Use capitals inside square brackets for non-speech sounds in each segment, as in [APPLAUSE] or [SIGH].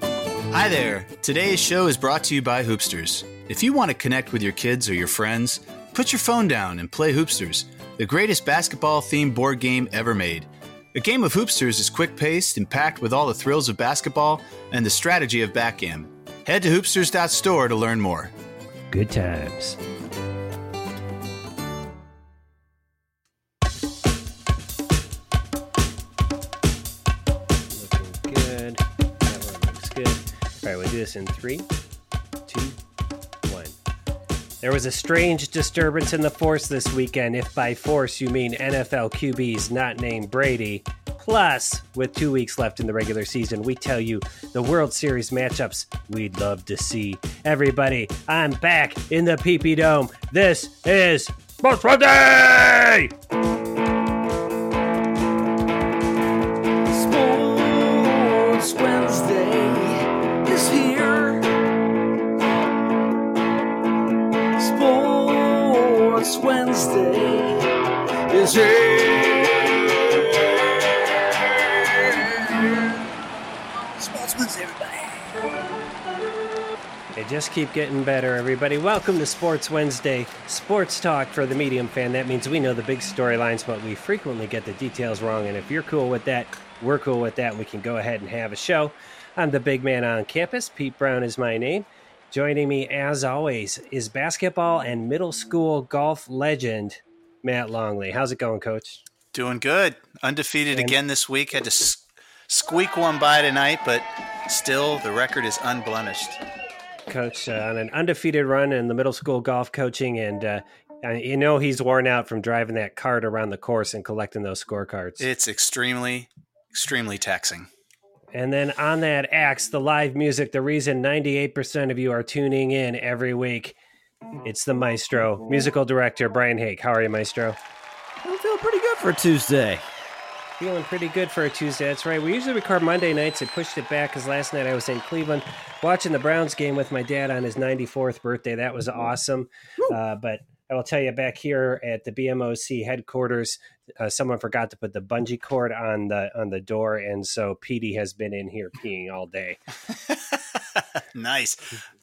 Hi there. Today's show is brought to you by Hoopsters. If you want to connect with your kids or your friends, put your phone down and play Hoopsters, the greatest basketball themed board game ever made. A game of Hoopsters is quick paced and packed with all the thrills of basketball and the strategy of backgammon. Head to hoopsters.store to learn more. Good times. Looking good. That one looks good. All right, we'll do this in three, two, one. There was a strange disturbance in the force this weekend, if by force you mean NFL QBs not named Brady. Plus, with two weeks left in the regular season, we tell you the World Series matchups we'd love to see. Everybody, I'm back in the PP Dome. This is Sports Monday! Sports Wednesday is here. Sports Wednesday is here. Sports Wednesday, everybody. They just keep getting better, everybody. Welcome to Sports Wednesday, sports talk for the medium fan. That means we know the big storylines, but we frequently get the details wrong. And if you're cool with that, we're cool with that. We can go ahead and have a show. I'm the big man on campus. Pete Brown is my name. Joining me, as always, is basketball and middle school golf legend Matt Longley. How's it going, Coach? Doing good. Undefeated again this week. Had to s- squeak one by tonight, but still the record is unblemished. coach uh, on an undefeated run in the middle school golf coaching and uh, I- you know he's worn out from driving that cart around the course and collecting those scorecards It's extremely, extremely taxing. and then on that axe the live music the reason 98% of you are tuning in every week it's the maestro musical director brian hake how are you maestro I'm feeling pretty good for Tuesday. Feeling pretty good for a Tuesday. That's right. We usually record Monday nights. I pushed it back because last night I was in Cleveland watching the Browns game with my dad on his 94th birthday. That was awesome. Uh, but I will tell you, back here at the BMOC headquarters, uh, someone forgot to put the bungee cord on the on the door, and so Petey has been in here peeing all day. Yeah, nice.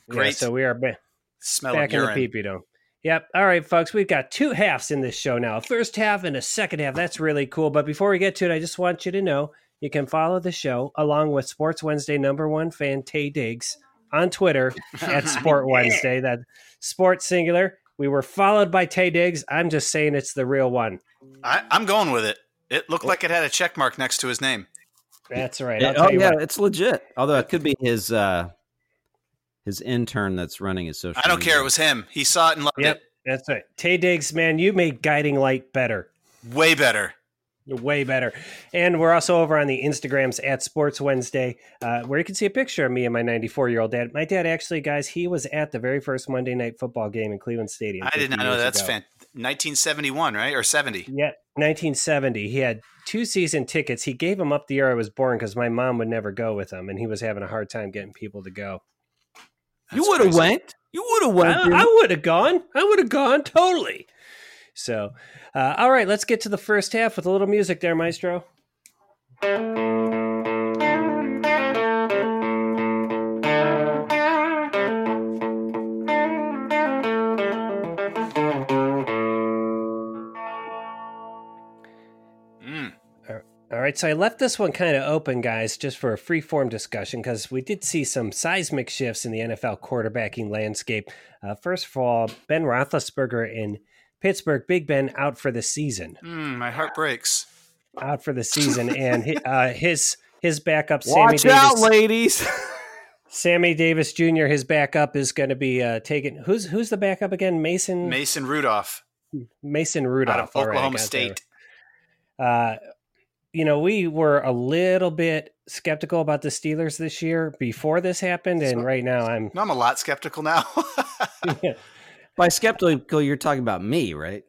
Great so we are ba- smell back of in the urine. peepee dome. Yep. All right, folks. We've got two halves in this show now. First half and a second half. That's really cool. But before we get to it, I just want you to know you can follow the show along with Sports Wednesday number one fan Tay Diggs on Twitter [LAUGHS] at Sport Wednesday. That Sport singular. We were followed by Tay Diggs. I'm just saying it's the real one. I, I'm going with it. It looked like it had a check mark next to his name. That's right. Yeah, I'll oh tell you yeah, what. it's legit. Although it could be his uh his intern that's running his social. I don't care. It media. was him. He saw it and loved Yep. That's right. Tay Diggs, man, you made guiding light better. it. Way better. way better. And we're also over on the Instagrams at Sports Wednesday, uh, where you can see a picture of me and my 94 year old dad. My dad, actually, guys, he was at the very first Monday night football game in Cleveland Stadium. I did 50 not know years that's ago. fan. 1971, right? Or 70. Yeah, 1970. He had two season tickets. He gave them up the year I was born because my mom would never go with him, and he was having a hard time getting people to go. That's You would have crazy. went. You would have went. dude. I, would have gone. I would have gone totally. So, uh, all right, let's get to the first half with a little music there, Maestro. Mm. Mm. All right, so I left this one kind of open, guys, just for a free form discussion because we did see some seismic shifts in the NFL quarterbacking landscape. Uh, first of all, Ben Roethlisberger in Pittsburgh, Big Ben out for the season, Mm, my heart breaks. out for the season, and hi- uh, his his backup Sammy Watch Davis, out, ladies. Sammy Davis Jr. His backup is going to be uh, taken. Who's who's the backup again? Mason Mason Rudolph Mason Rudolph out of All right, I Oklahoma got that right. State. Uh, you know, we were a little bit skeptical about the Steelers this year before this happened, and right now I'm No, I'm a lot skeptical now. [LAUGHS] By skeptical, you're talking about me, right?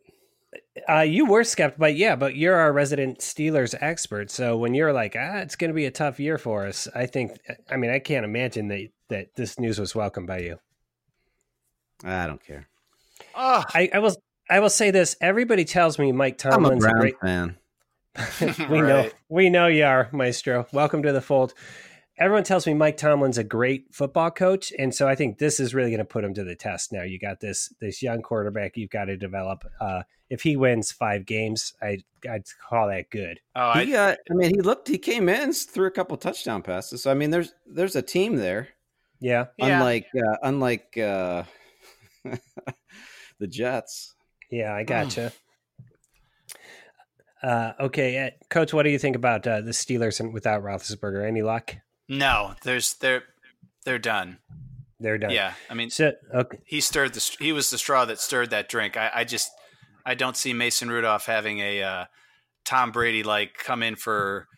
Uh, you were skeptical, but yeah, but you're our resident Steelers expert. So when you're like, ah, it's going to be a tough year for us, I think, uh, I mean, I can't imagine that that this news was welcomed by you. I don't care. oh, I, I will, I will say this: everybody tells me Mike I'm a Tomlin's a Brown great. fan. we know, Right. we know you are, Maestro. Welcome to the fold. everyone tells me Mike Tomlin's a great football coach, and so I think this is really going to put him to the test. Now you got this this young quarterback you've got to develop. Uh, if he wins five games, I I'd call that good. Oh, I, He, uh, I mean, he looked. He came in, threw a couple touchdown passes. So I mean, there's there's a team there. Yeah, yeah. Unlike uh, unlike uh, [LAUGHS] the Jets. yeah, I gotcha. Uh, okay, uh, Coach, what do you think about uh, the Steelers and without Roethlisberger? Any luck? no, there's they're they're done. They're done. Yeah, I mean, So okay, he stirred the he was the straw that stirred that drink. I, I just I don't see Mason Rudolph having a uh, Tom Brady like come in for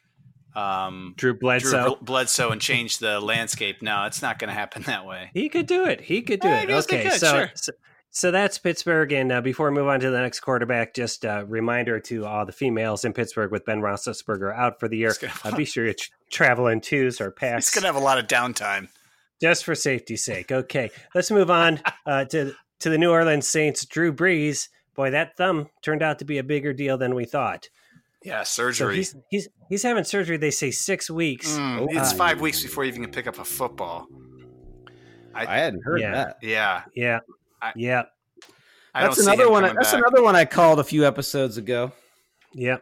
um, Drew Drew Bledsoe. Bledsoe and change the landscape. No, it's not going to happen that way. He could do it. He could do I it. guess they Okay, could, so, sure. so so that's Pittsburgh. And uh, before we move on to the next quarterback, just a reminder to all the females in Pittsburgh with Ben Roethlisberger out for the year. He's gonna- Uh, [LAUGHS] be sure you tr- travel in twos or He's packs, going to have a lot of downtime. just for safety's sake. Okay, let's move on uh, to to the New Orleans Saints. Drew Brees. Boy, that thumb turned out to be a bigger deal than we thought. Yeah, So surgery. he's he's he's having surgery. They say six weeks. Mm, Oh, it's my. five weeks before you even can pick up a football. I hadn't heard Yeah. that. Yeah, Yeah, I- yeah. I that's don't see another him one. coming That's back. another one I called a few episodes ago. Yeah.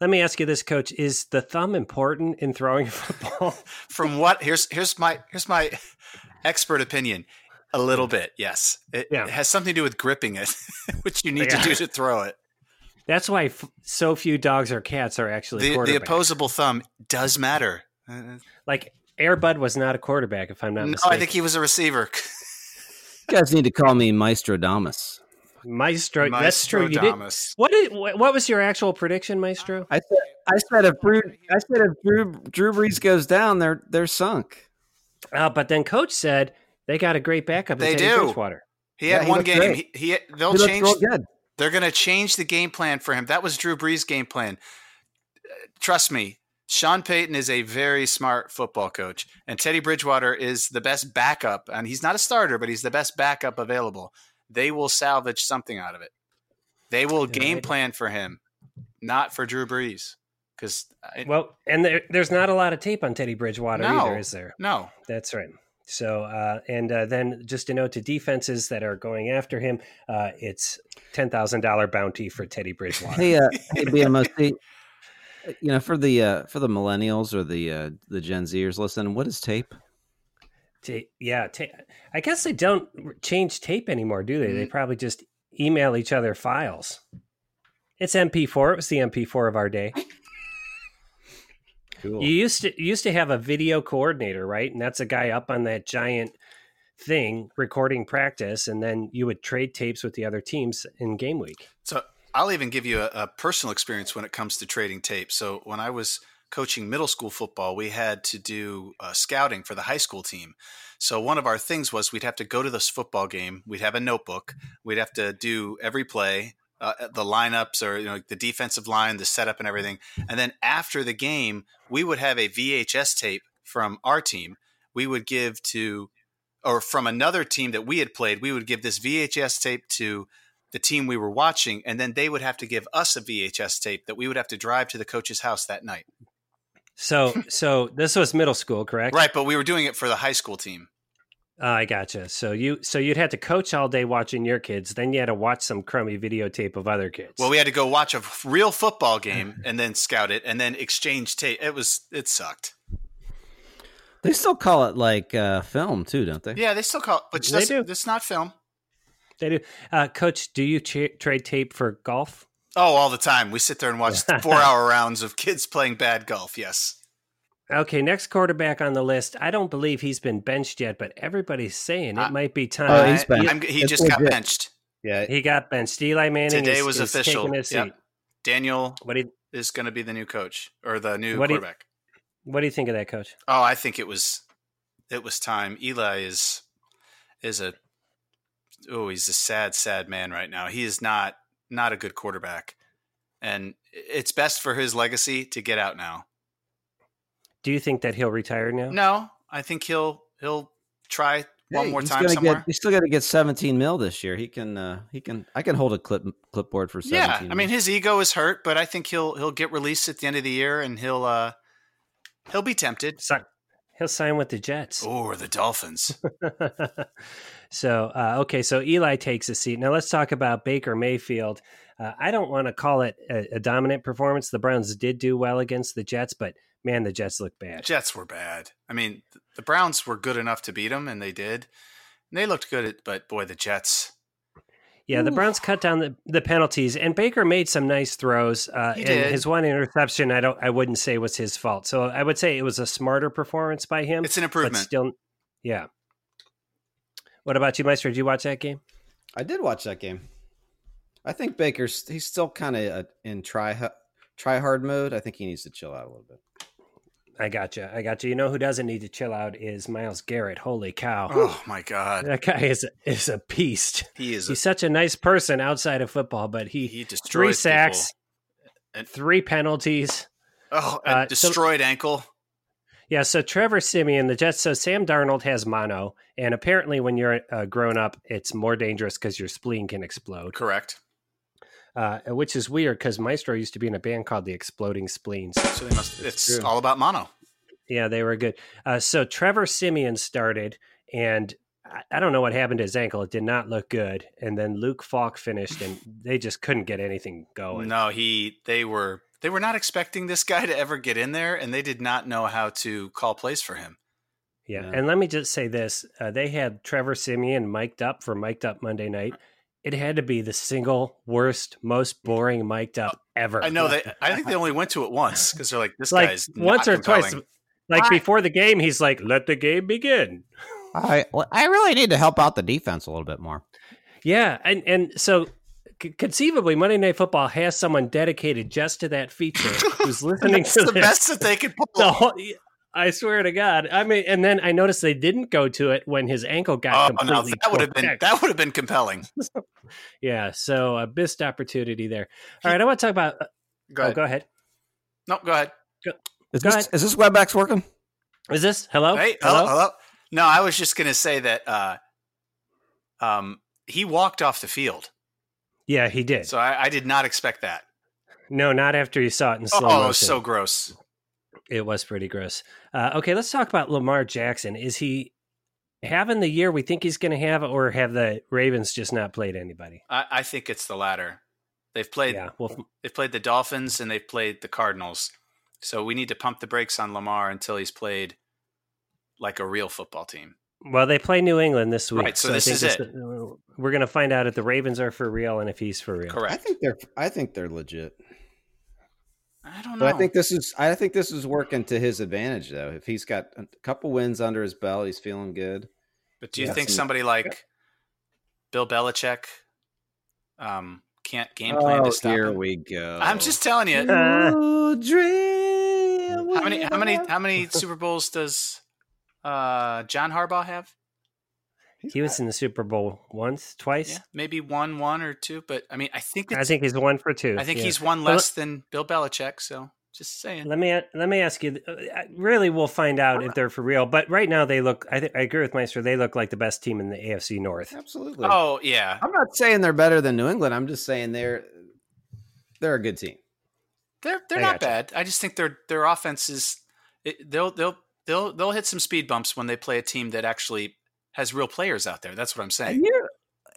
Let me ask you this, coach. Is the thumb important in throwing a football? [LAUGHS] From what? Here's here's my here's my [LAUGHS] expert opinion. A little bit, yes. It, Yeah. it has something to do with gripping it, [LAUGHS] which you need Yeah. to do to throw it. That's why f- so few dogs or cats are actually the, the quarterbacks. opposable thumb does matter. Uh, like Airbud was not a quarterback, if I'm not no, mistaken. I think he was a receiver. You guys need to call me Maestro Damas. [LAUGHS] Maestro. that's true. You did. Damas. What did? wh- What was your actual prediction, Maestro? I said, I said if Drew, I said if Drew, Drew Brees goes down, they're they're sunk. Uh, but then Coach said they got a great backup. in They Teddy do. Bridgewater. He Yeah, had he one looked game. He, great. he they'll He looks change. real [LAUGHS] good. They're going to change the game plan for him. That was Drew Brees' game plan. Uh, Trust me, Sean Payton is a very smart football coach, and Teddy Bridgewater is the best backup. And he's not a starter, but he's the best backup available. They will salvage something out of it. They will Yeah, game right. plan for him, not for Drew Brees. Because Well, and there, there's not a lot of tape on Teddy Bridgewater No. either, is there? no, That's right. So, uh, and uh, then just a note to defenses that are going after him: uh, it's ten thousand dollar bounty for Teddy Bridgewater. Hey, uh, [LAUGHS] hey BMOC, you know, for the uh, for the millennials or the uh, the Gen Zers, listen, what is tape? Ta yeah, ta- I guess they don't r- change tape anymore, do they? They probably just email each other files. It's MP4. It was the MP4 of our day. Cool. You used to you used to have a video coordinator, right? And that's a guy up on that giant thing recording practice, and then you would trade tapes with the other teams in game week. So I'll even give you a, a personal experience when it comes to trading tape. So when I was coaching middle school football, we had to do uh, scouting for the high school team. So one of our things was we'd have to go to this football game. We'd have a notebook. We'd have to do every play, uh, the lineups, or you know the defensive line, the setup, and everything. And then after the game, we would have a VHS tape from our team. We would give to, or from another team that we had played, we would give this VHS tape to the team we were watching, and then they would have to give us a VHS tape that we would have to drive to the coach's house that night. [LAUGHS] So, so this was middle school, correct? Right, but we were doing it for the high school team. Uh, I gotcha. So you, so you'd have to coach all day watching your kids, then you had to watch some crummy videotape of other kids. Well, we had to go watch a f- real football game and then scout it and then exchange tape. It was it sucked. They still call it like uh, film too, don't they? Yeah, they still call it, but They that's, do. it's not film. They do. Uh, Coach, do you cha- trade tape for golf? Oh, all the time. We sit there and watch Yeah. four hour rounds of kids playing bad golf. Yes. Okay, next quarterback on the list. I don't believe he's been benched yet, but everybody's saying it Uh, might be time. Oh, he's I- benched. I'm- he That's just got legit. benched. yeah. he got benched. Eli Manning Today is- was is official. Taking his Yep. seat. Daniel What do you, is going to be the new coach or the new What do you- quarterback. What do you think of that, Coach? Oh, I think it was it was time. Eli is is a oh, he's a sad, sad man right now. He is not not a good quarterback. And it's best for his legacy to get out now. Do you think that he'll retire now? No, I think he'll he'll try one Hey, more he's time gonna somewhere. Get, he's still got to get 17 mil this year. He can. Uh, he can. I can hold a clip clipboard for 17. yeah, I mil. mean his ego is hurt, but I think he'll he'll get released at the end of the year and he'll uh he'll be tempted. Sign, He'll sign with the Jets. Or the Dolphins. [LAUGHS] so uh, okay, so Eli takes a seat. Now let's talk about Baker Mayfield. Uh, I don't want to call it a, a dominant performance. The Browns did do well against the Jets, but man, the Jets look bad. Jets were bad. I mean, th- the Browns were good enough to beat them, and they did. And they looked good, at, but boy, the Jets. Yeah, the Browns cut down the, the penalties, and Baker made some nice throws. Uh, He and did. his one interception, I don't, I wouldn't say was his fault. So I would say it was a smarter performance by him. It's an but improvement. still, yeah. What about you, Meister? Did you watch that game? I did watch that game. I think Baker's he's still kind of in try try hard mode. I think he needs to chill out a little bit. I gotcha. I gotcha. You know who doesn't need to chill out is Miles Garrett. Holy cow. oh my [LAUGHS] God, That guy is is a beast. he is. A, He's such a nice person outside of football, but he, he destroys three sacks, And- three penalties. People. Oh, a Uh, so- destroyed ankle. Yeah, so Trevor Simeon, the Jets. So Sam Darnold has mono, and apparently, when you're uh, grown up, it's more dangerous because your spleen can explode, Correct. uh, which is weird because Maestro used to be in a band called the Exploding Spleens. So they must. It's true. all about mono. Yeah, they were good. Uh, so Trevor Simeon started, and I, I don't know what happened to his ankle. It did not look good. And then Luke Falk finished, [SIGHS] and they just couldn't get anything going. No, he. They were. They were not expecting this guy to ever get in there, and they did not know how to call plays for him. Yeah. Yeah. And let me just say this uh, they had Trevor Simeon mic'd up for mic'd up Monday night. It had to be the single worst, most boring mic'd up ever. I know that. I think they only went to it once because they're like, this Like guy's once not or twice. compelling. Like Hi. before the game, he's like, let the game begin. I I really need to help out the defense a little bit more. Yeah, and and so c- conceivably, Monday Night Football has someone dedicated just to that feature [LAUGHS] who's listening It's to the this. [LAUGHS] best that they could pull. The whole- I swear to God. I mean, and then I noticed they didn't go to it when his ankle got Oh no, completely. that would have been torqued. that would have been compelling. yeah. So a missed opportunity there. All right, I want to talk about. Go ahead. Oh, go ahead. No, go ahead. Is Go this ahead. is this WebEx working? Is this Oh, hello? Hey, hello, hello. No, I was just gonna say that. Uh, um, he walked off the field, Yeah, he did. so I, I did not expect that. no, not after you saw it in slow oh, motion. so gross. It was pretty gross. Uh, okay, let's talk about Lamar Jackson. Is he having the year we think he's going to have, or have the Ravens just not played anybody? I, I think it's the latter. They've played. yeah, well, f- They've played the Dolphins and they've played the Cardinals. So we need to pump the brakes on Lamar until he's played like a real football team. well, they play New England this week, Right, so this is it. we're going to find out if the Ravens are for real and if he's for real. Correct. I think they're I think they're legit. I don't know. But I think this is I think this is working to his advantage though. If he's got a couple wins under his belt, he's feeling good. But do you Yeah. think Some- somebody like Bill Belichick um, can't game plan to stop Oh, here him? we go. I'm just telling you. Uh, Ooh, dream How many? How many? wheel. How many Super Bowls does uh, John Harbaugh have? He was in the Super Bowl once, twice. Yeah, maybe one, one or two. But I mean, I think I it's, think he's one for two. I think yeah. he's one Well, less than Bill Belichick. So just saying. Let me let me ask you. uh, Really, we'll find out if they're for real. But right now, they look. I, th- I agree with Meister. They look like the best team in the AFC North. Absolutely. Oh yeah, I'm not saying they're better than New England. I'm just saying they're they're a good team. they're they're I not gotcha. bad. I just think their their offense is it, they'll they'll they'll they'll hit some speed bumps when they play a team that actually has real players out there. That's what I'm saying.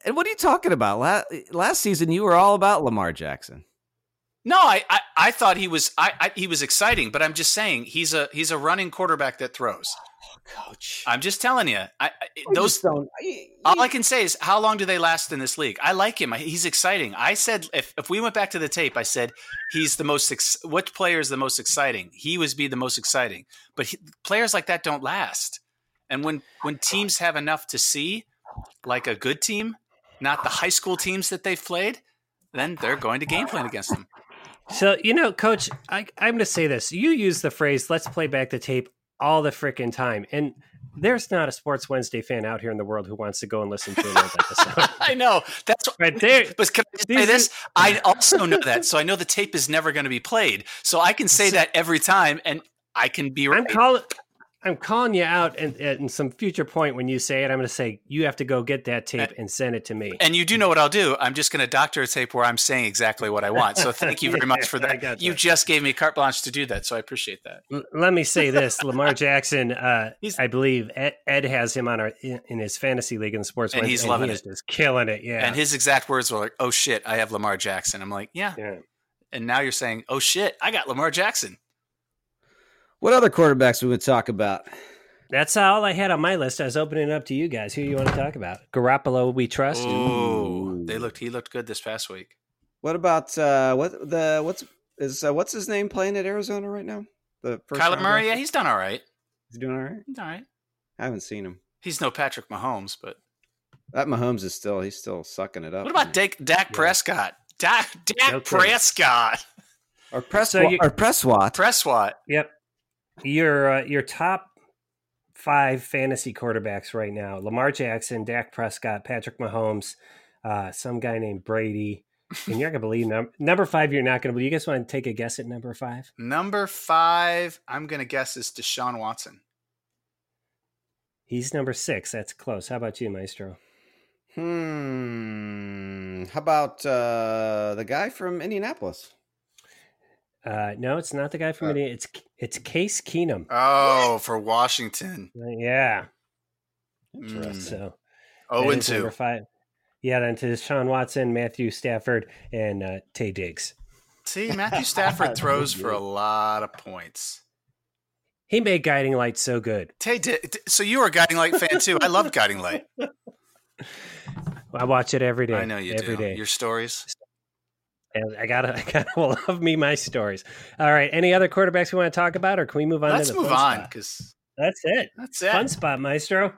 And what are you talking about? Last, last season, you were all about Lamar Jackson. No, I, I, I thought he was I, I he was exciting, but I'm just saying he's a he's a running quarterback that throws. Coach, I'm just telling you, I, I those. All I can say is, how long do they last in this league? I like him. I, he's exciting. I said, if, if we went back to the tape, I said he's the most. Ex- what player is the most exciting? He was be the most exciting. But he, players like that don't last. And when when teams have enough to see, like a good team, not the high school teams that they've played, then they're going to game plan against them. So you know, Coach, I, I'm going to say this. You use the phrase "Let's play back the tape" all the freaking time, and there's not a Sports Wednesday fan out here in the world who wants to go and listen to an old episode. [LAUGHS] [LAUGHS] I know. That's Right there, [LAUGHS] But can I just say These this? I also know that, so I know the tape is never going to be played. So I can say that every time, and I can be right. I'm calling. I'm calling you out, and at some future point when you say it, I'm going to say you have to go get that Eh. tape and send it to me. And you do know what I'll do. I'm just going to doctor a tape where I'm saying exactly what I want. So thank you [LAUGHS] very much for Yeah, I that. got You that. just gave me carte blanche to do that, so I appreciate that. L- let me say this: Lamar Jackson, uh, He's- I believe Ed, Ed has him on our in, in his fantasy league in sports, And Wednesday, he's loving he is just killing it. Yeah, And his exact words were like, "Oh shit, I have Lamar Jackson." I'm like, "Yeah." Yeah. And now you're saying, "Oh shit, I got Lamar Jackson." What other quarterbacks we would talk about? that's all I had on my list. I was opening it up to you guys. Who you want to talk about? Garoppolo, we trust. Oh, they looked. He looked good this past week. What about uh, what the what's is uh, what's his name playing at Arizona right now? The first Kyler round Murray, yeah, draft? he's done all right. He's doing all right. He's all right. I haven't seen him. He's no Patrick Mahomes, but That Mahomes is still he's still sucking it up. what about Dick Oh, Dak, Dak Yeah. Prescott? Dak, Dak No kidding. Prescott, or Press So you- or Presswatt? Prescott. Yep, your uh, your top five fantasy quarterbacks right now: Lamar Jackson, Dak Prescott, Patrick Mahomes, uh, some guy named Brady. And you're not gonna believe num- number five. You're not gonna believe. You guys want to take a guess at number five? Number five, I'm gonna guess is Deshaun Watson. He's number six. That's close. How about you, Maestro? Hmm. How about uh, the guy from Indianapolis? Uh, no, it's not the guy from Uh, Indiana. It's it's Case Keenum. Oh, for Washington, Uh, yeah. Interesting. So oh that and is number two. five. Yeah, then to Sean Watson, Matthew Stafford, and uh, Tay Diggs. See, [LAUGHS] Matthew Stafford throws for a lot of points. He made Guiding Light so good. Tay, di- di- so you are a Guiding Light fan too. I love Guiding [LAUGHS] Light. I watch it every day. I know you every do. day. Your stories. And I gotta, [LAUGHS] I gotta love me my stories. All right. Any other quarterbacks we want to talk about, or can we move on? Let's to the move fun on spot? because That's it. that's it. Fun spot, Maestro.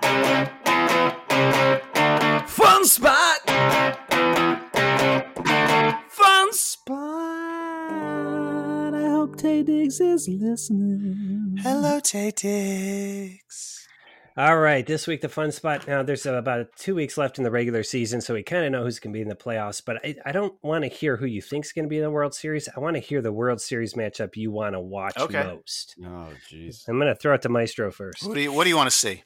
Fun spot. Fun spot. I hope Tay Diggs is listening. Hello, Tay Diggs. All right, this week the fun spot. Now there's about two weeks left in the regular season, so we kind of know who's going to be in the playoffs. But I, I don't want to hear who you think's going to be in the World Series. I want to hear the World Series matchup you want to watch Okay. most. Oh, jeez. I'm going to throw it to Maestro first, What do you What do you want to see?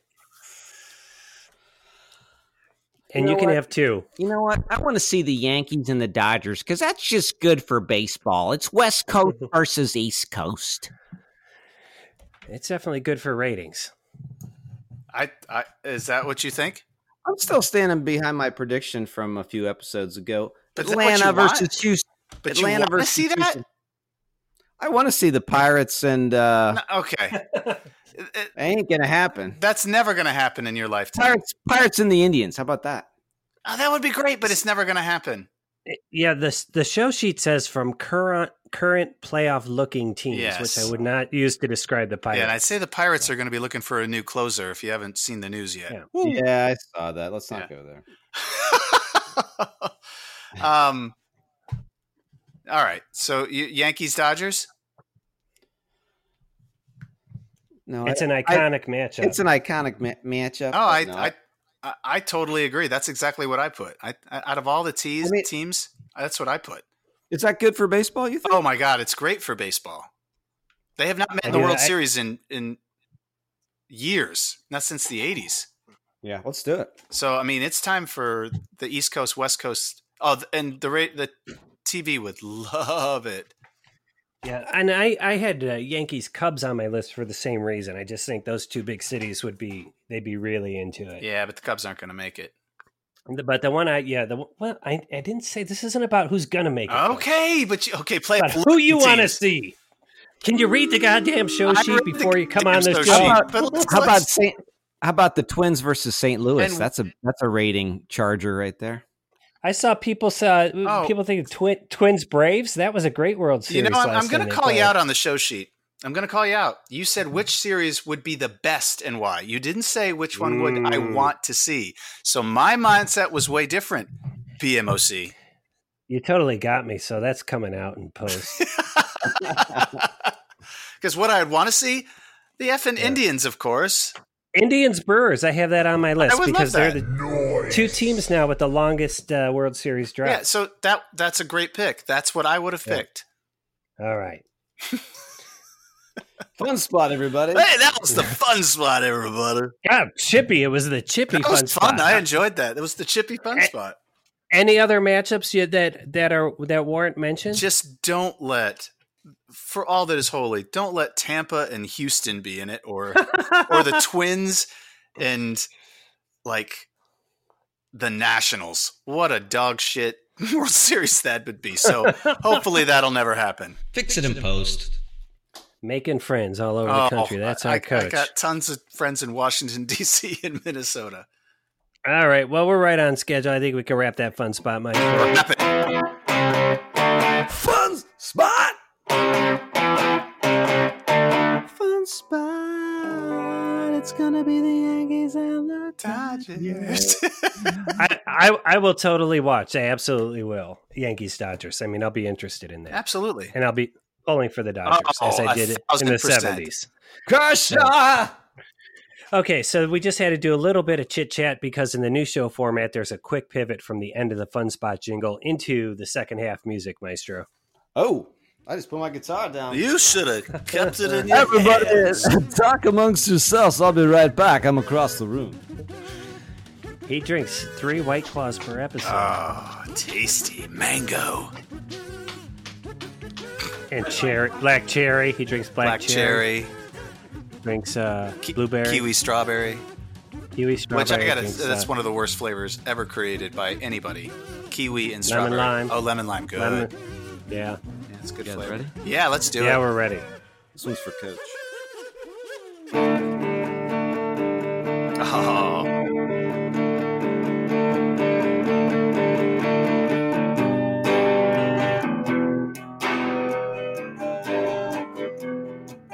and you, know can what? have two. You know what? I want to see the Yankees and the Dodgers because that's just good for baseball. It's West Coast [LAUGHS] versus East Coast. It's definitely good for ratings. I, I is that what you think? I'm still standing behind my prediction from a few episodes ago. But is that what you Atlanta want? versus Houston. But Atlanta you want to versus see that? Houston. I want to see the Pirates, and uh, No, okay, [LAUGHS] It- it- it ain't gonna happen. that's never going to happen in your lifetime. Pirates, Pirates, and the Indians. How about that? Oh, that would be great, but it's never going to happen. Eh, Yeah, the the show sheet says from current current playoff looking teams, which Yes. I would not use to describe the Yeah, and Pirates. I'd say the Pirates are going to be looking for a new closer if you haven't seen the news yet. Yeah. Yeah, I saw that. Let's not go there. [LAUGHS] um, all right. So y- Yankees Dodgers. No, it's I- an I- iconic matchup. It's an iconic ma- matchup. Oh, I, but no, I, I, I totally agree. That's exactly what I put. I, I out of all the teas, I mean- teams, that's what I put. is that good for baseball? You think? Oh my god, it's great for baseball. They have not met in the Yeah, World I- Series in in years, not since the '80s. yeah, let's do it. So I mean, it's time for the East Coast, West Coast. Oh, th- and the ra- the TV would love it. Yeah, and I I had uh, Yankees Cubs on my list for the same reason. I just think those two big cities would be they'd be really into it. Yeah, but the Cubs aren't going to make it. The- But the one I yeah the one well, I I didn't say this isn't about who's gonna make it. though. Okay, but you, okay, play [LAUGHS] But it. who you want to Teams. see? Can you read the goddamn show I sheet read the before you come goddamn on show this sheet. show? How How about- about, but let's- how about let's- Saint? How about the Twins versus St. Louis? And- that's a that's a rating charger right there. I saw people saw people think twi- Twins Braves. That was a great World Oh. You Series. know, I'm, last I'm going time to they call you played. out on the show sheet. I'm going to call you out. You said which series would be the best and why. You didn't say which one would I Mm. want to see. So my mindset was way different. [LAUGHS] PMOC. You totally got me. So that's coming out in post. [LAUGHS] Because what I'd want to see, the effing Yeah. Indians, of course. Indians Brewers. I have that on my list would love because they're that. the two teams now with the longest uh, World Series drought. Yeah, so that that's a great pick. That's what I would have Yeah. picked. All right. Fun spot, everybody. Hey, that [LAUGHS] was the fun spot, everybody. God, Chippy. It was the Chippy That fun, was fun. spot. I enjoyed that. It was the chippy fun Eh. spot. Any other matchups you, that that are that weren't mentioned? Just don't let, for all that is holy, don't let Tampa and Houston be in it, or [LAUGHS] or the Twins and like the Nationals. What a dog shit [LAUGHS] World Series that would be. So hopefully that'll never happen. Fix it in post. making friends all over the country. That's our Oh, I, coach. I got tons of friends in Washington D.C. and Minnesota. All right. Well, we're right on schedule. I think we can wrap that fun spot, Mike. Wrap it. Fun spot. Fun spot. It's gonna be the Yankees and the Dodgers. I, I I will totally watch. I absolutely will. Yankees Dodgers. I mean, I'll be interested in that, Absolutely. and I'll be pulling for the Dodgers as Oh, I a did it in thousand the percent. seventies. Crush Okay, so we just had to do a little bit of chit chat because in the new show format, there's a quick pivot from the end of the fun spot jingle into the second half music, Maestro. Oh, I just put my guitar down. You should have kept it [LAUGHS] in your Everybody, hands. talk amongst yourselves. I'll be right back. I'm across the room. He drinks three White Claws per episode Oh, tasty mango, and cherry, black cherry. He drinks black, black cherry, Drinks uh, ki- blueberry, kiwi, kiwi strawberry. strawberry. Which I gotta, drinks, that's uh, one of the worst flavors ever created by anybody. Kiwi and Lemon strawberry. lime. Oh, lemon lime, good. lemon- Yeah, Yeah, it's a good guys flavor. ready? Yeah, let's do yeah, it. we're ready. This one's for Coach. Oh, [LAUGHS]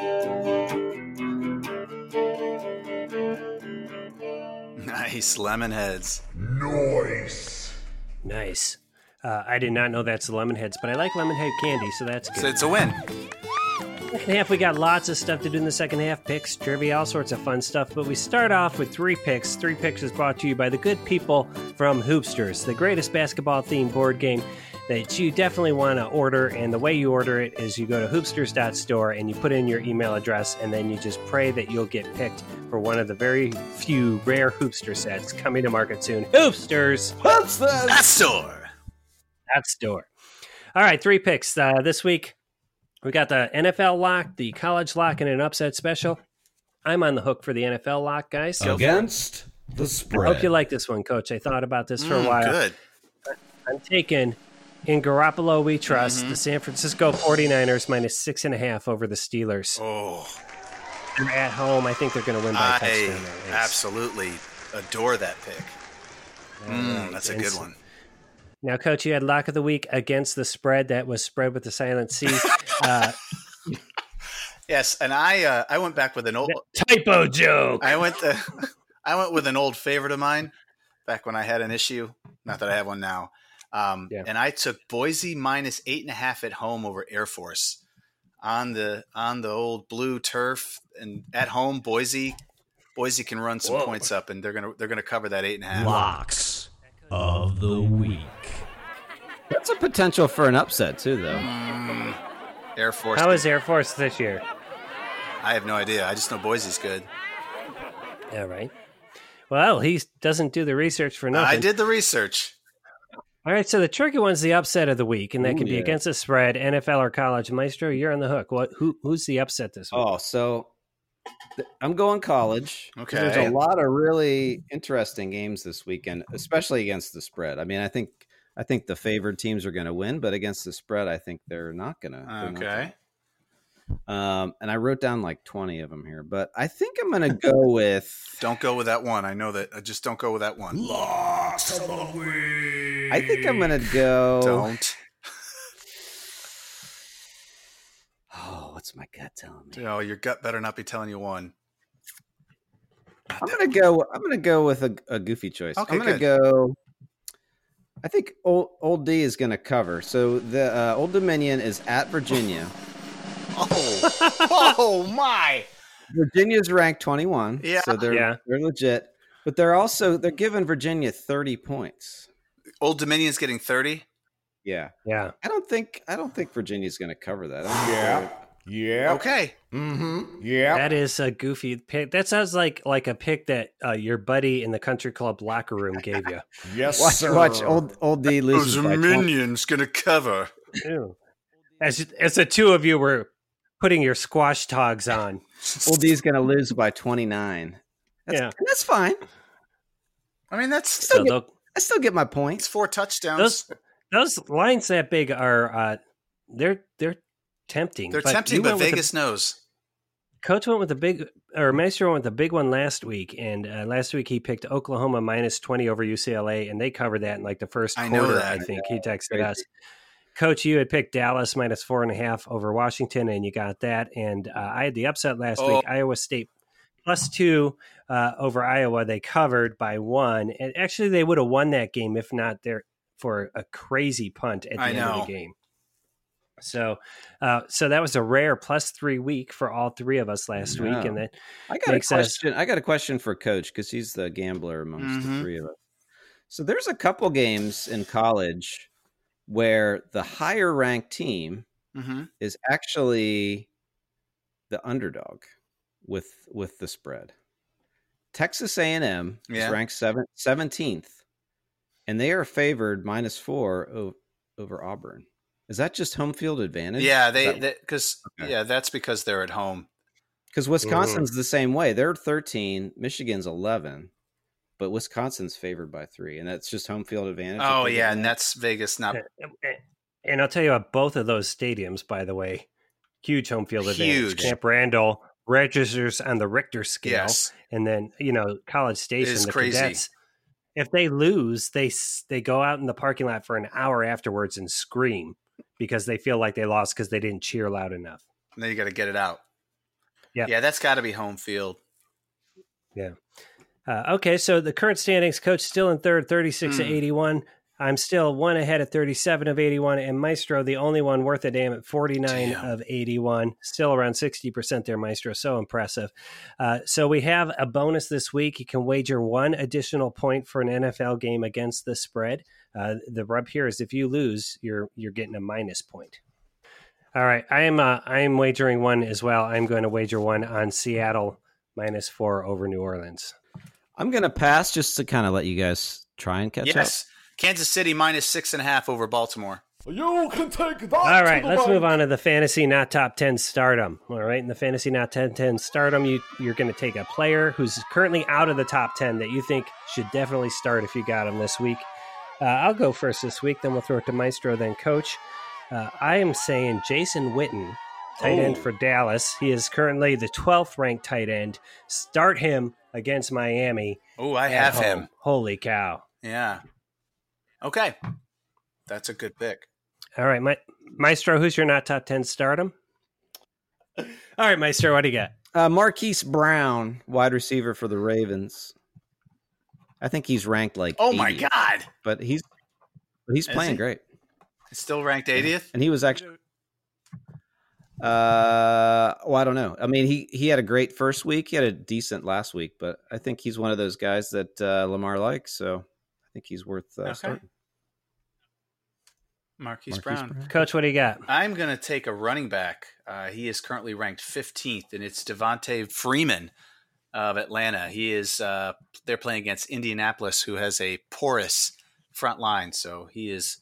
nice lemon heads. Nice. Uh, I did not know that's the Lemonheads, but I like Lemonhead candy, so that's good. So it's a win. second half, we got lots of stuff to do in the second half picks, trivia, all sorts of fun stuff. But we start off with three picks. Three picks is brought to you by the good people from Hoopsters, the greatest basketball themed board game that you definitely want to order. And the way you order it is you go to hoopsters.store and you put in your email address, and then you just pray that you'll get picked for one of the very few rare Hoopster sets coming to market soon. Hoopsters! What's this? That's store. That's door. All right, three picks uh, this week. We got the NFL lock, the college lock, and an upset special. I'm on the hook for the NFL lock, guys. Against the I hope you spread. like this one, Coach. I thought about this for a Mm, while. Good. I'm taking in Garoppolo we trust Mm-hmm. the San Francisco 49ers minus six and a half over the Steelers. Oh, They're at home. I think they're going to win by a I touchdown. at least. absolutely adore that pick. Mm, that's a And good so- one. Now, coach, you had lock of the week against the spread that was spread with the silent C. [LAUGHS] uh, Yes, and I uh, I went back with an old typo joke. I went the, [LAUGHS] I went with an old favorite of mine back when I had an issue. Not that I have one now. Um, Yeah. And I took Boise minus eight and a half at home over Air Force on the on the old blue turf and at home Boise. Boise can run some points up, and they're gonna they're gonna cover that eight and a half. Locks of the week. That's a potential for an upset too, though. Air Force. How is Air Force this year? I have no idea. I just know Boise's good. All right. Well, he doesn't do the research for nothing. I did the research. All right, so the tricky one's the upset of the week, and that Ooh, can be yeah. against the spread, NFL or college. Maestro, you're on the hook. What? Who? Who's the upset this week? Oh, so th- I'm going college. 'cause There's Okay. a lot of really interesting games this weekend, especially against the spread. I mean, I think I think the favored teams are going to win, but against the spread, I think they're not going to. Okay. Um, and I wrote down like 20 of them here, but I think I'm going to go [LAUGHS] with. Don't go with that one. I know that. uh, Just don't go with that one. I think I'm going to go. Don't. Oh, what's my gut telling me? No, Oh, your gut better not be telling you one. I'm gonna go. I'm gonna go with a, a goofy choice. Okay, I'm gonna go. I think old old D is gonna cover. So the uh, Old Dominion is at Virginia. Oh, oh my! Virginia's ranked 21. Yeah. So they're Yeah. they're legit, but they're also they're giving Virginia 30 points. Old Dominion's getting thirty. Yeah. Yeah. I don't think I don't think Virginia's gonna cover that. Yeah. Oh. Yeah. Okay. Mm-hmm. Yeah. That is a goofy pick. That sounds like like a pick that uh, your buddy in the country club locker room gave [LAUGHS] you. Yes, Watch, sir. watch oh. old old D loses by 20. gonna cover. Ew. As as the two of you were putting your squash togs on, Old D's gonna lose by twenty nine. That's, Yeah. and that's fine. I mean, that's [LAUGHS] so they'll I still get my points. it's four touchdowns. those those lines that big are uh, they're they're tempting. They're you tempting, but went with the- Vegas knows. Coach went with a big or Maestro went with a big one last week, and uh, last week he picked Oklahoma minus twenty over UCLA, and they covered that in like the first I know quarter. that. I think he texted Crazy. us. Coach, you had picked Dallas minus four and a half over Washington, and you got that. And uh, I had the upset last Oh. week. Iowa State plus two uh, over Iowa. They covered by one, and actually they would have won that game if not there for a crazy punt at the I end know. of the game. So, uh, so that was a rare plus three week for all three of us last Yeah. week, and then I got Makes a sense. question. I got a question for Coach because he's the gambler amongst Mhm. the three of us. So there's a couple games in college where the higher ranked team Mm-hmm. is actually the underdog with with the spread. Texas A&M Yeah. is ranked seven, 17th, and they are favored minus four o- over Auburn. Is that just home field advantage? Yeah, they That- because Okay. yeah, that's because they're at home. Because Mm. Wisconsin's the same way. They're 13, Michigan's 11, but Wisconsin's favored by three, and that's just home field advantage. if Oh they yeah, win and that. that's Vegas. Not eh, and I'll tell you about both of those stadiums. By the way, huge home field advantage. Huge. Camp Randall registers on the Richter scale, yes. and then you know College Station, is the crazy. cadets. If they lose, they s- they go out in the parking lot for an hour afterwards and scream because they feel like they lost because they didn't cheer loud enough. Now you got to get it out. Yeah. yeah, that's got to be home field. Uh, okay, so the current standings, coach still in third, 36 to Hmm. 81. I'm still one ahead at 37 of 81, and Maestro, the only one worth a damn at 49 Damn. of 81. Still around 60% there, Maestro. So impressive. Uh, so we have a bonus this week. You can wager one additional point for an NFL game against the spread. Uh, the rub here is if you lose, you're you're getting a minus point. All right, I am uh, I am wagering one as well. I'm going to wager one on Seattle minus four over New Orleans. I'm going to pass just to kind of let you guys try and catch up. yes, Kansas City minus six and a half over Baltimore. You can take that. All right, let's move on to the fantasy not top 10 stardom. All right, in the fantasy not 10, 10 stardom, you, you're going to take a player who's currently out of the top 10 that you think should definitely start if you got him this week. Uh, I'll go first this week, then we'll throw it to Maestro, then Coach. Uh, I am saying Jason Witten, tight end Oh. for Dallas. He is currently the 12th ranked tight end. Start him against Miami. Oh, I at have home. him. Holy cow. Yeah. Okay, that's a good pick. All right, Ma- Maestro, who's your not top 10 stardom? All right, Maestro, what do you got? Uh, Marquise Brown, wide receiver for the Ravens. I think he's ranked like Oh my 80, God, but he's but he's Is playing he? great, it's still ranked 80th. and he was actually. Uh, well, I don't know. I mean, he he had a great first week. He had a decent last week, but I think he's one of those guys that uh, Lamar likes. So I think he's worth uh, Okay. starting. Marquise, Marquise Brown. Coach, what do you got? I'm going to take a running back. Uh, he is currently ranked 15th, and it's Devontae Freeman of Atlanta. He is. Uh, they're playing against Indianapolis, who has a porous front line, so he is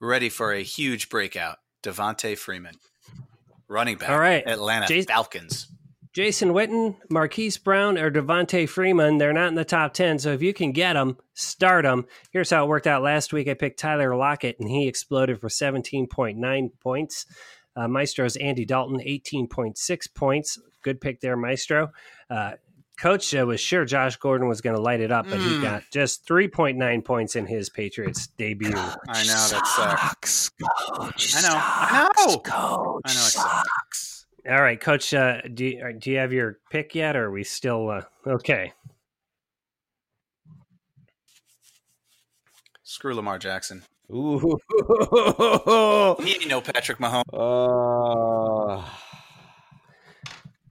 ready for a huge breakout. Devontae Freeman, running back. All right. Atlanta Jason- Falcons. Jason Witten, Marquise Brown, or Devontae Freeman. They're not in the top 10, so if you can get them, start them. Here's how it worked out last week. I picked Tyler Lockett, and he exploded for 17.9 points. Uh, Maestro's Andy Dalton, 18.6 points. Good pick there, Maestro. Uh, Coach uh, was sure Josh Gordon was going to light it up, but he Mm. got just 3.9 points in his Patriots debut. I know that sucks. I know. I know. I know it sucks. All right, Coach, uh, do, you, uh, do you have your pick yet, or are we still uh, okay? Screw Lamar Jackson. Ooh. He ain't no Patrick Mahomes. [LAUGHS]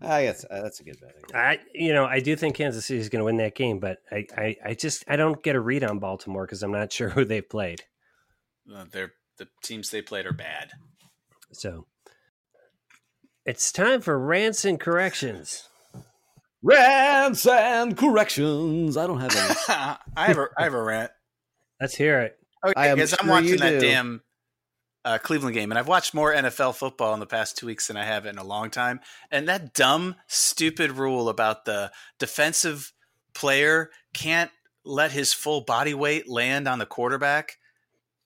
Uh, I guess uh, that's a good bet. I guess. I you know I do think Kansas City is going to win that game, but I, I I just I don't get a read on Baltimore because I'm not [LAUGHS] sure who they've played. Uh, they're the teams they played are bad. So It's time for rants and corrections. Rants and corrections. I don't have [LAUGHS] any. I have a I have a rant. Let's hear it. Okay, I am because I'm sure you watching that do. damn uh, Cleveland game, and I've watched more NFL football in the past two weeks than I have in a long time. And that dumb, stupid rule about the defensive player can't let his full body weight land on the quarterback.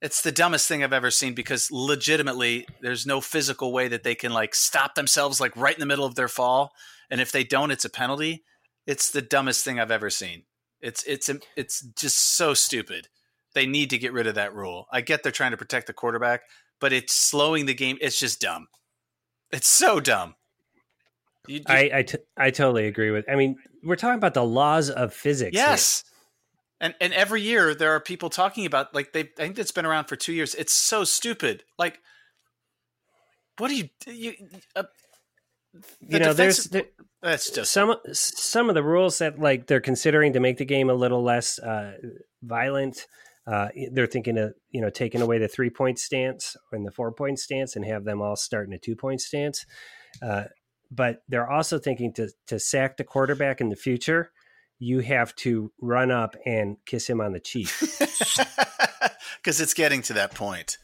It's the dumbest thing I've ever seen because legitimately there's no physical way that they can like stop themselves like right in the middle of their fall. And if they don't, it's a penalty. It's the dumbest thing I've ever seen. It's it's it's just so stupid they need to get rid of that rule. I get they're trying to protect the quarterback, but it's slowing the game. It's just dumb. It's so dumb. You, you- I I, t- I totally agree with. I mean, we're talking about the laws of physics. here. yes. And and every year there are people talking about like they I think it's been around for 2 years. It's so stupid. Like what do you you uh, You know, there's there, that's just some some of the rules that like they're considering to make the game a little less uh, violent. Uh, they're thinking of you know taking away the three point stance and the four point stance and have them all start in a two point stance. Uh, but they're also thinking to to sack the quarterback in the future. You have to run up and kiss him on the [LAUGHS] cheek [LAUGHS] cuz it's getting to that point.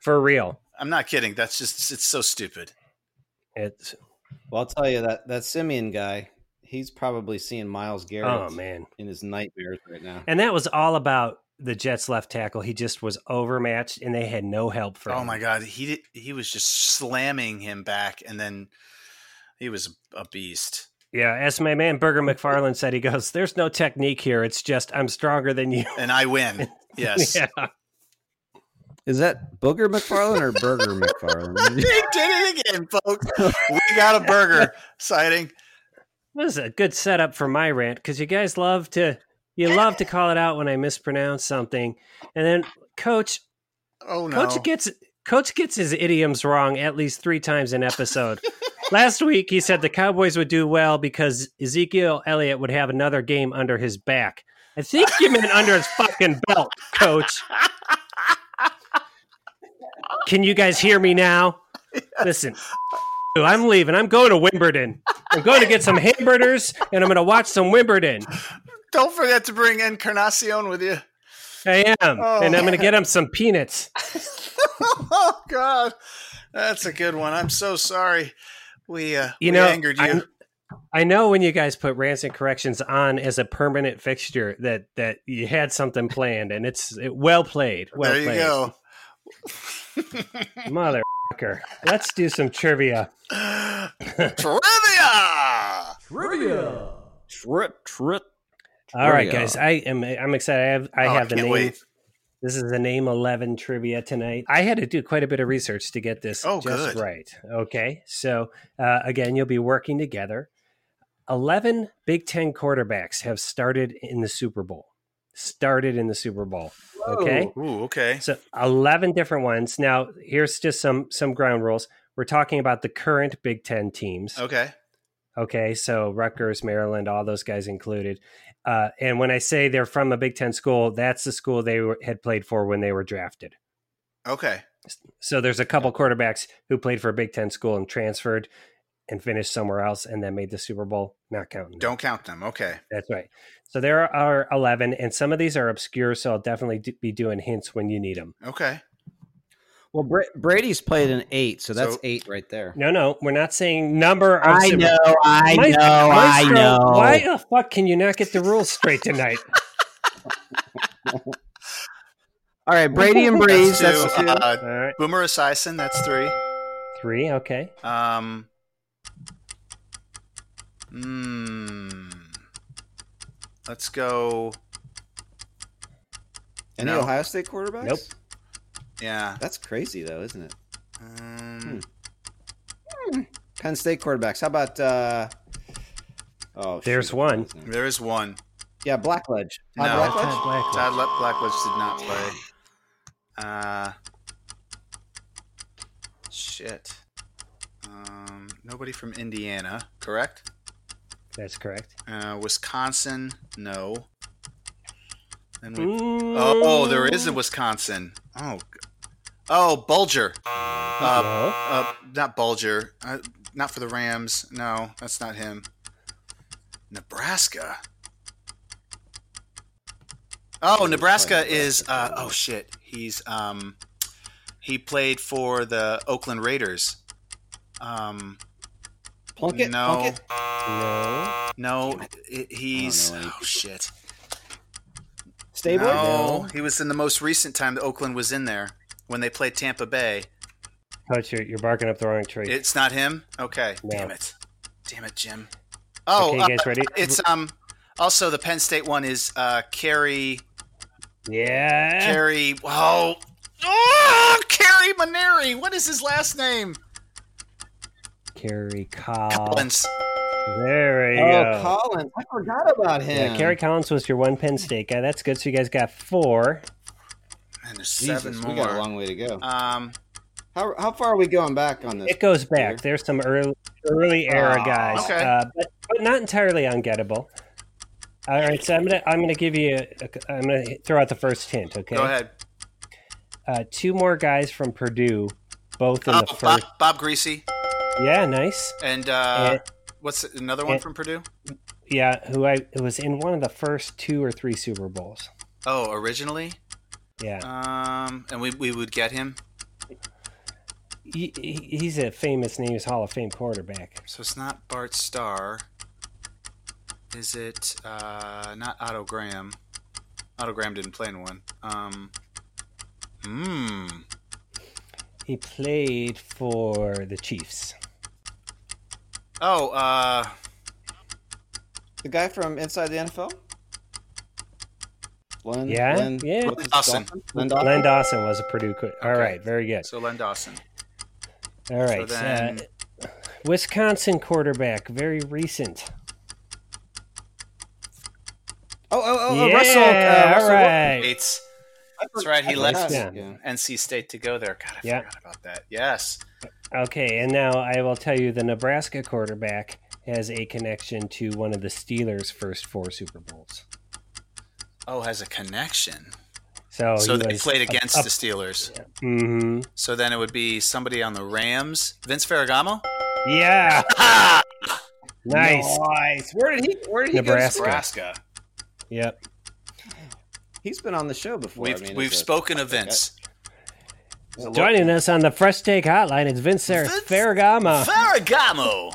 for real. I'm not kidding. That's just it's so stupid. It's Well, I'll tell you that that Simeon guy, he's probably seeing Miles oh Garrett man. in his nightmares right now. And that was all about the Jets left tackle. He just was overmatched and they had no help for him. Oh my god, he did, he was just slamming him back, and then he was a beast. Yeah, as my man Burger McFarland said, he goes, There's no technique here. It's just I'm stronger than you. [LAUGHS] And I win. Yes, [LAUGHS] yeah. Is that Booger McFarlane [LAUGHS] or Burger McFarlane? he did it again, folks. We got a burger sighting. This is a good setup for my rant because you guys love to you love to call it out when I mispronounce something. And then coach Oh no, coach gets coach gets his idioms wrong at least three times an episode. [LAUGHS] Last week he said the Cowboys would do well because Ezekiel Elliott would have another game under his back. I think you meant under his fucking belt, coach. Can you guys hear me now? Listen. I'm leaving. I'm going to Wimbledon. I'm going to get some hamburgers and I'm going to watch some Wimbledon. don't forget to bring Encarnacion with you. [LAUGHS] I am. Oh. And I'm going to get him some peanuts. oh god, that's a good one. I'm so sorry. We uh, You we know, angered you. I'm- I know when you guys put rants and corrections on as a permanent fixture that that you had something planned and it's it, well played. Well there you played. go. [LAUGHS] Motherfucker. Let's do some trivia. [GASPS] Trivia. Trivia. Trip, trip. All right, Trivia. guys. I am I'm excited. I have I Oh, I have the can't name. wait. This is the name 11 trivia tonight. I had to do quite a bit of research to get this Oh, just good. right. Okay. So, uh, again, you'll be working together. 11 Big 10 quarterbacks have started in the Super Bowl. Started in the Super Bowl. Okay. Ooh, okay. So 11 different ones. Now, here's just some some ground rules. We're talking about the current Big 10 teams. Okay. Okay, so Rutgers, Maryland, all those guys included. Uh, and when I say they're from a Big 10 school, that's the school they were, had played for when they were drafted. Okay. So there's a couple quarterbacks who played for a Big 10 school and transferred and finished somewhere else and then made the Super Bowl, not counting. them. Don't count them. Okay. That's right. So there are 11 and some of these are obscure, so I'll definitely d- be doing hints when you need them. Okay. Well, Bra- Brady's played an eight, so that's So- eight right there. No, no, we're not saying number of I Super- know, I Maestro- know, I Maestro, know. Why the fuck can you not get the rules [LAUGHS] straight tonight? All right, Brady and Breeze. That's that's two. two. Uh, All right. Boomer Esiason. That's three. Three, okay. Um. Mm, let's go. Any No. Ohio State quarterbacks? Nope. Yeah. That's crazy, though, isn't it? Um, Penn State quarterbacks. How about? uh Oh, shoot, There's I forgot one. his name. There is one. Yeah, Blackledge. Todd No. Blackledge? Todd Blackledge. Todd Le- Blackledge did not play. Uh. Shit. Um. Nobody from Indiana, correct? That's correct. Uh, Wisconsin, no. Then Mm. we Mm. Oh, oh, there is a Wisconsin. Oh, g- oh, Bulger. Uh, No. uh, not Bulger. Uh, Not for the Rams. No, that's not him. Nebraska. Oh, Nebraska is. Uh, oh shit. He's um, he played for the Oakland Raiders. Um, Plunkett. No. Plunkett? No. no, i he's. I don't know any Oh shit. Stabler. No, he was in the most recent time that Oakland was in there when they played Tampa Bay. Coach, you're, you're barking up the wrong tree. It's not him. Okay. No. Damn it. Damn it, Jim. Oh, okay, uh, you guys ready? it's um. Also, the Penn State one is uh, Kerry. yeah. Kerry. Oh, oh, Kerry Maneri. What is his last name? Kerry Collins. Collins. There you Oh, go. Collins. I forgot about him. yeah, Kerry Collins was your one Penn State guy. That's good. So you guys got four. And there's Jesus, seven we got a more. long way to go. Um, How, how far are we going back on this? It goes back. There's some early early era Oh, guys, okay. uh, but, but not entirely ungettable. All right, so I'm gonna I'm gonna give you a, I'm gonna throw out the first hint. Okay, go ahead. Uh, two more guys from Purdue, both in Oh, the first. Bob, Bob Greasy Yeah, nice. and uh, Eh. what's another one Eh. from Purdue? Yeah, who I who was in one of the first two or three Super Bowls. Oh, originally. Yeah, Um, and we, we would get him. he, he- he's a famous Names Hall of Fame quarterback. So it's not Bart Starr. Is it uh, not Otto Graham? Otto Graham didn't play in one. Um, hmm. He played for the Chiefs. Oh, uh, The guy from Inside the NFL? Len, Yeah, Len, yeah. what's his Dawson. Dawson? Len Dawson? Len Dawson was a Purdue. qu- All Okay. right, very good. so Len Dawson. All right, so then, uh, Wisconsin quarterback, very recent. Oh, oh, oh, oh, yeah, Russell. Uh, Russell all right. Bates. That's right. He Wilson. left Yeah. Yeah. NC State to go there. God, I Yeah. forgot about that. Yes. Okay, and now I will tell you the Nebraska quarterback has a connection to one of the Steelers' first four Super Bowls. Oh, has a connection. So, so Oh, he they was played up- against up- the Steelers. Mhm. So then it would be somebody on the Rams. Vince Ferragamo? Yeah, nice. Nice. Where did he? Where did he Nebraska. go? to Nebraska. Yep. school? He's been on the show before. We've, I mean, we've it's a- spoken of Vince. it's a Joining us on the Fresh Take Hotline, it's Vince Sar- Vince Ferragamo. Ferragamo.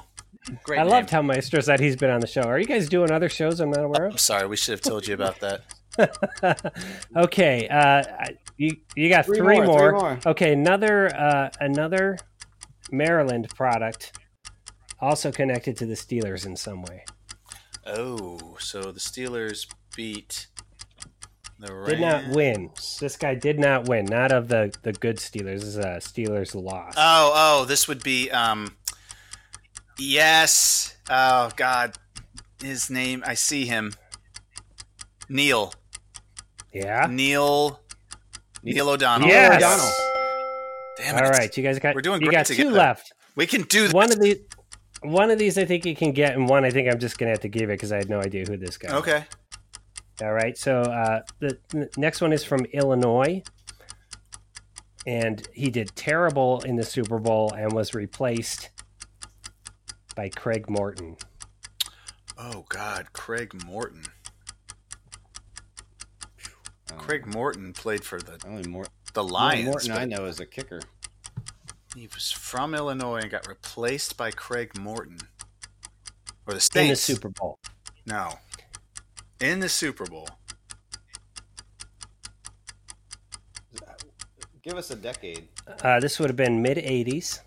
Great I name. loved how Maestro said he's been on the show. Are you guys doing other shows I'm not aware I'm sorry, we should have told you about that. of? [LAUGHS] okay, uh, I- you you got three, Three more, three more. Okay, another uh, another Maryland product, also connected to the Steelers in some way. Oh, so the Steelers beat the Rams. Did not win. This guy did not win. Not of the the good Steelers. This is a Steelers loss. Oh, oh, this would be um Yes. Oh god. His name, I see him. Neil. yeah. Neil Neil O'Donnell. Yes. Damn All it. right, you guys got. We're doing you great got together. two left. We can do this. One of these. One of these I think you can get, and one I think I'm just gonna have to give it because I had no idea who this guy. was. Okay. All right. So uh, the, the next one is from Illinois. And he did terrible in the Super Bowl and was replaced by Craig Morton. Oh god, Craig Morton. Oh, Craig Morton played for the Only Uh, Mor- the only Lions. Morton but- I know is a kicker. He was from Illinois and got replaced by Craig Morton. Or the Saints. In the Super Bowl. No. In the Super Bowl. Give us a decade. Uh, this would have been mid 80s.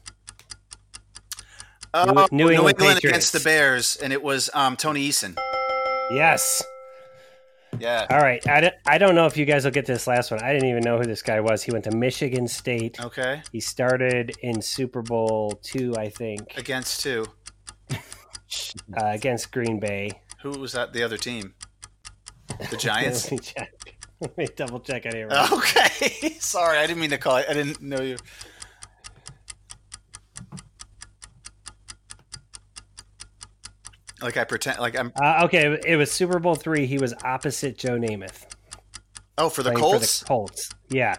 Oh, New- New New, England England, Patriots. against the Bears, and it was um, Tony Eason. Yes. Yeah. All right. I don't, I don't know if you guys will get this last one. I didn't even know who this guy was. He went to Michigan State. Okay. He started in Super Bowl two, I think, Against two. uh, against Green Bay. Who was that? The other team. The Giants. [LAUGHS] Oh. Let me check. Let me double check out here. okay. [LAUGHS] Sorry, I didn't mean to call. I didn't know you. Like I pretend. Like I'm. Uh, okay, it was Super Bowl three. He was opposite Joe Namath. Oh, for the playing Colts. For the Colts. Yeah.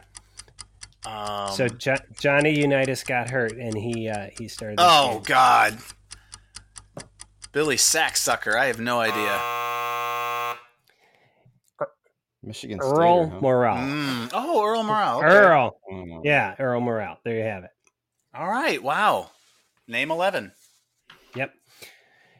Um, So jo- Johnny Unitas got hurt, and he uh, he started. this Oh game. God, Billy Sacksucker. I have no idea. Michigan State. Earl huh? Morale. Mm. Oh, Earl Morale. okay. Earl, Mm. yeah, Earl Morale. There you have it. All right. Wow. Name eleven. Yep.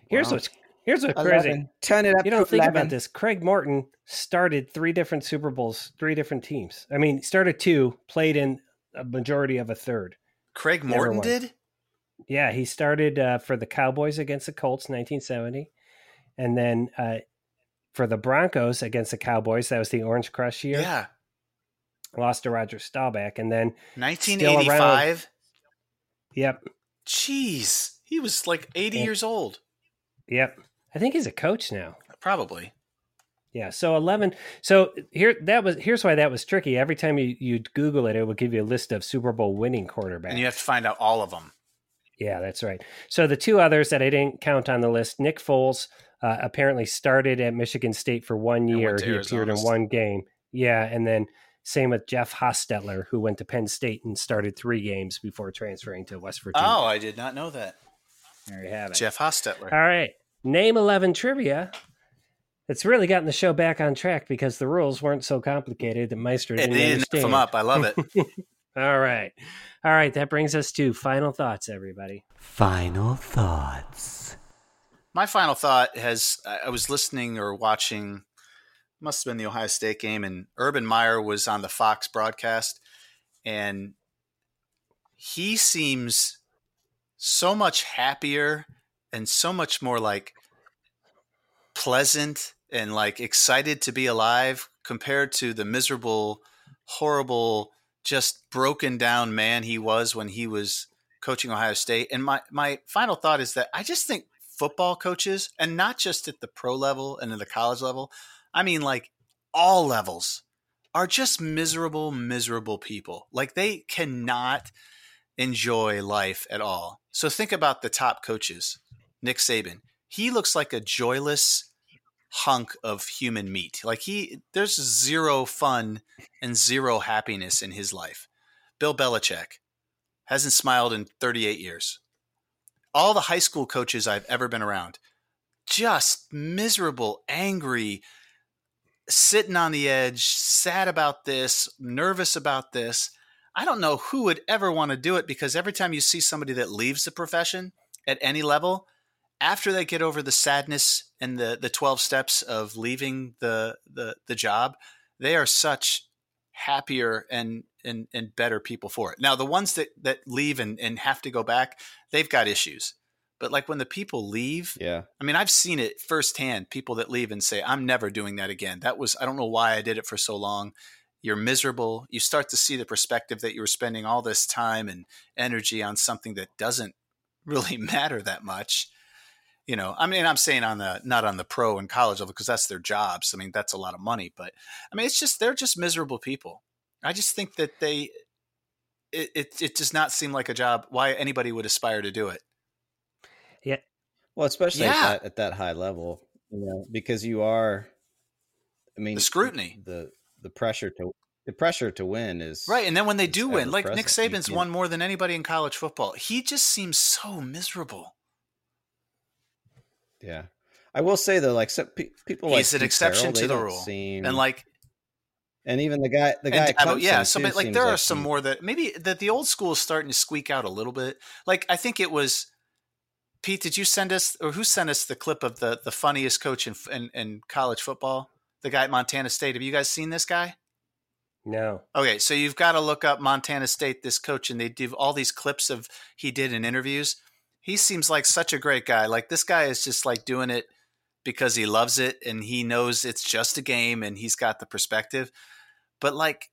Here's Wow. what's here's what's crazy. 11. Turn it up. You don't to think 11. about this. Craig Morton started three different Super Bowls, three different teams. I mean, started two, played in a majority of a third. Craig Never Morton won. did. Yeah, he started uh, for the Cowboys against the Colts, 1970, and then uh, for the Broncos against the Cowboys. That was the Orange Crush year. Yeah. Lost to Roger Staubach, and then 1985. yep, Jeez, he was like 80 Yeah. years old, yep. I think he's a coach now. probably. Yeah, so 11 so here that was here's why that was tricky. Every time you you'd google it it would give you a list of Super Bowl winning quarterbacks. And you have to find out all of them. Yeah, that's right. So the two others that I didn't count on the list, Nick Foles uh, apparently started at Michigan State for one went year. to He appeared in Arizona. one game. Yeah, and then same with Jeff Hostetler, who went to Penn State and started three games before transferring to West Virginia. Oh, I did not know that. there you have it. Jeff Hostetler. All right, name eleven trivia. It's really gotten the show back on track because the rules weren't so complicated that Meister It didn't didn't understand. F him up. I love it. All right, all right. That brings us to final thoughts, everybody. Final thoughts. My final thought has I I was listening or watching, must have been the Ohio State game, and Urban Meyer was on the Fox broadcast, and he seems so much happier and so much more like pleasant and like excited to be alive compared to the miserable, horrible, just broken down man he was when he was coaching Ohio State. And my my final thought is that I just think football coaches, and not just at the pro level and at the college level, I mean like all levels, are just miserable, miserable people. Like they cannot enjoy life at all. So think about the top coaches. Nick Saban. He looks like a joyless hunk of human meat. Like he there's zero fun and zero happiness in his life. Bill Belichick hasn't smiled in 38 years. All the high school coaches I've ever been around, just miserable, angry, sitting on the edge, sad about this, nervous about this. I don't know who would ever want to do it because every time you see somebody that leaves the profession at any level, after they get over the sadness and the, the 12 steps of leaving the, the, the job, they are such happier and and and better people for it. Now the ones that that leave and and have to go back, they've got issues. But like when the people leave, Yeah. I mean I've seen it firsthand. People that leave and say, "I'm never doing that again." That was I don't know why I did it for so long. You're miserable. You start to see the perspective that you were spending all this time and energy on something that doesn't [LAUGHS] really matter that much. You know, I mean, I'm saying on the not on the pro and college level because that's their jobs. I mean, that's a lot of money, but I mean, it's just they're just miserable people. I just think that they it it, it does not seem like a job why anybody would aspire to do it. Well, especially Yeah. at, that, at that high level, you know, because you are. I mean, The scrutiny. the the pressure to the pressure to win is Right, and then when they It's do win, like Nick ever-present. You Saban's can't- won more than anybody in college football. He just seems so miserable. Yeah, I will say though, like some pe- people, He's like an Pete exception Carroll, to they the don't rule. seem, And like and even the guy, the guy, and at Dabo- yeah, Clemson, so too, but, like seems there are like some he- more that maybe that the old school is starting to squeak out a little bit. Like I think it was Pete. Did you send us or who sent us the clip of the the funniest coach in in, in college football? The guy at Montana State. Have you guys seen this guy? No, Okay, so you've got to look up Montana State, this coach, and they do all these clips of he did in interviews. He seems like such a great guy. Like this guy is just like doing it because he loves it and he knows it's just a game and he's got the perspective. But like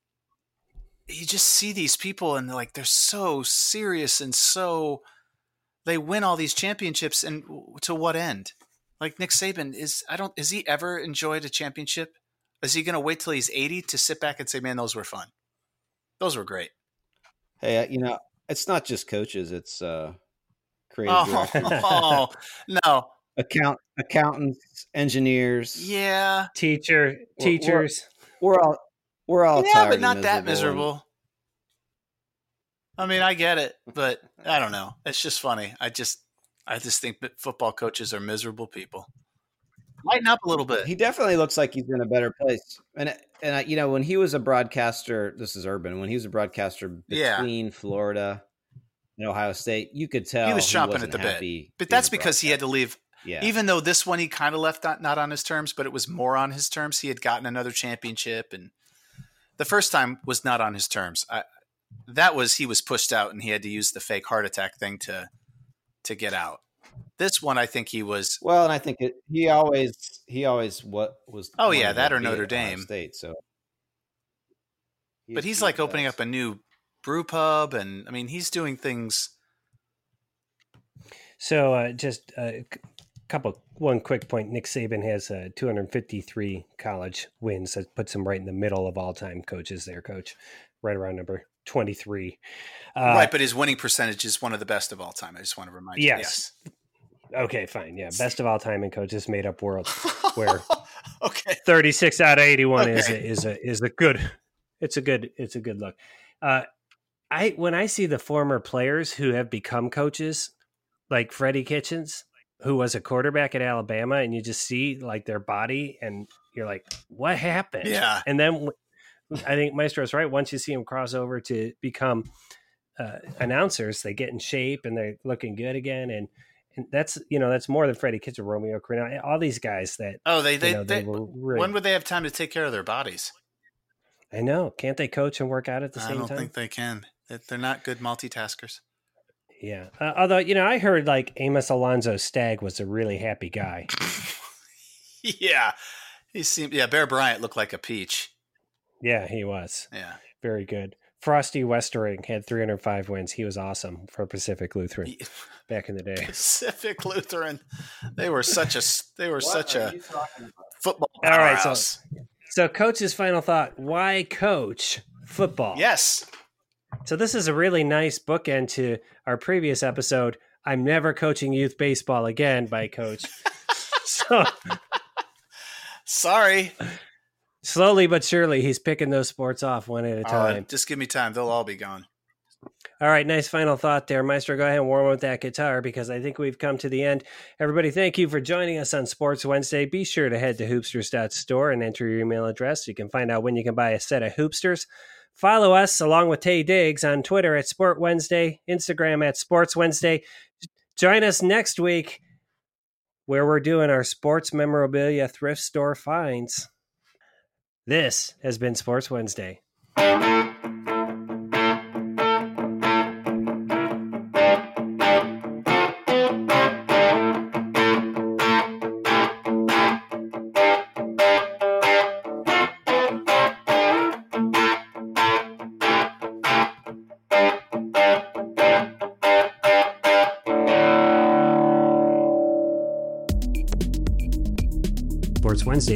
you just see these people and like they're so serious and so they win all these championships and to what end? Like Nick Saban is I don't is he ever enjoyed a championship? Is he going to wait till he's 80 to sit back and say, man, those were fun? Those were great. Hey, I- you know, it's not just coaches; it's uh, creative Oh, directors, [LAUGHS] no. account accountants, engineers. Yeah. teacher, We're- we're- teachers. we're all we're all yeah, tired but and not that miserable. miserable. I mean, I get it, but I don't know. It's just funny. I just, I just think that football coaches are miserable people. Lighten up a little bit. He definitely looks like he's in a better place. And and I, you know when he was a broadcaster, this is Urban. When he was a broadcaster Yeah. between Florida and Ohio State, you could tell He was chomping at wasn't the bit. happy But being that's a because he had to leave broadcaster. yeah. Even though this one he kind of left on, not on his terms, but it was more on his terms. He had gotten another championship, and the first time was not on his terms. I, that was he was pushed out, and he had to use the fake heart attack thing to to get out. This one, I think he was. Well, and I think it, he always he always what was Oh, yeah, wanted to that or be at Notre Ohio Dame. State. So, But he's like opening up a new brew pub, and I mean he's doing things. So uh, just a c- couple, one quick point. Nick Saban has uh, 253 college wins. That puts him right in the middle of all time coaches. There, coach, right around number 23. Uh, right, but his winning percentage is one of the best of all time. I just want to remind you. Yes. Okay, fine. Yeah, best of all time in coaches made up world. Yes. Where- [LAUGHS] okay. 36 out of 81 is Okay. a, is a is a good it's a good it's a good look uh i when i see the former players who have become coaches like freddie kitchens who was a quarterback at alabama and you just see like their body and you're like what happened Yeah. and then w- i think maestro's right once you see them cross over to become uh, announcers they get in shape and they're looking good again and and that's you know that's more than freddie kitchens romeo Cornell, all these guys that Oh, they they, you know, they, they, were really, when would they have time to take care of their bodies? I know. Can't they coach and work out at the I same don't time? think they can. They- They're not [LAUGHS] good multitaskers. Yeah. Uh, although, you know, I heard like Amos Alonzo Stagg was a really happy guy. yeah, he seemed. Yeah, Bear Bryant looked like a peach. Yeah, he was. Yeah, Very good. Frosty Westering had 305 wins. He was awesome for Pacific Lutheran He- [LAUGHS] back in the day. Pacific Lutheran. They were such a. s- They were such a football. All right, so- powerhouse. So, coach's final thought why coach football? yes, So, this is a really nice bookend to our previous episode I'm Never Coaching Youth Baseball Again by [LAUGHS] Coach. so, sorry. slowly but surely, he's picking those sports off one at a All right, time. just give me time. They'll all be gone. All right, nice final thought there, Maestro. Go ahead and warm up that guitar because I think we've come to the end. Everybody, thank you for joining us on Sports Wednesday. Be sure to head to hoopsters.store and enter your email address. You can find out when you can buy a set of hoopsters. Follow us along with Tay Diggs on Twitter at Sport Wednesday, Instagram at Sports Wednesday. Join us next week where we're doing our sports memorabilia thrift store finds. This has been Sports Wednesday. Sports Wednesday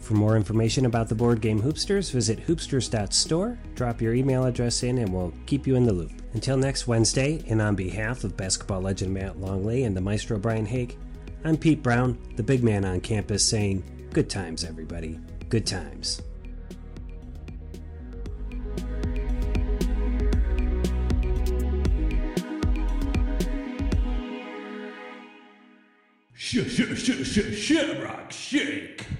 For more information about the board game Hoopsters, visit hoopsters.store, drop your email address in, and we'll keep you in the loop. Until next Wednesday, and on behalf of basketball legend Matt Longley and the maestro Brian Hake, I'm Pete Brown, the big man on campus, saying, Good times, everybody. Good times. Shit, shit, shit, shit, shit, rock, shake.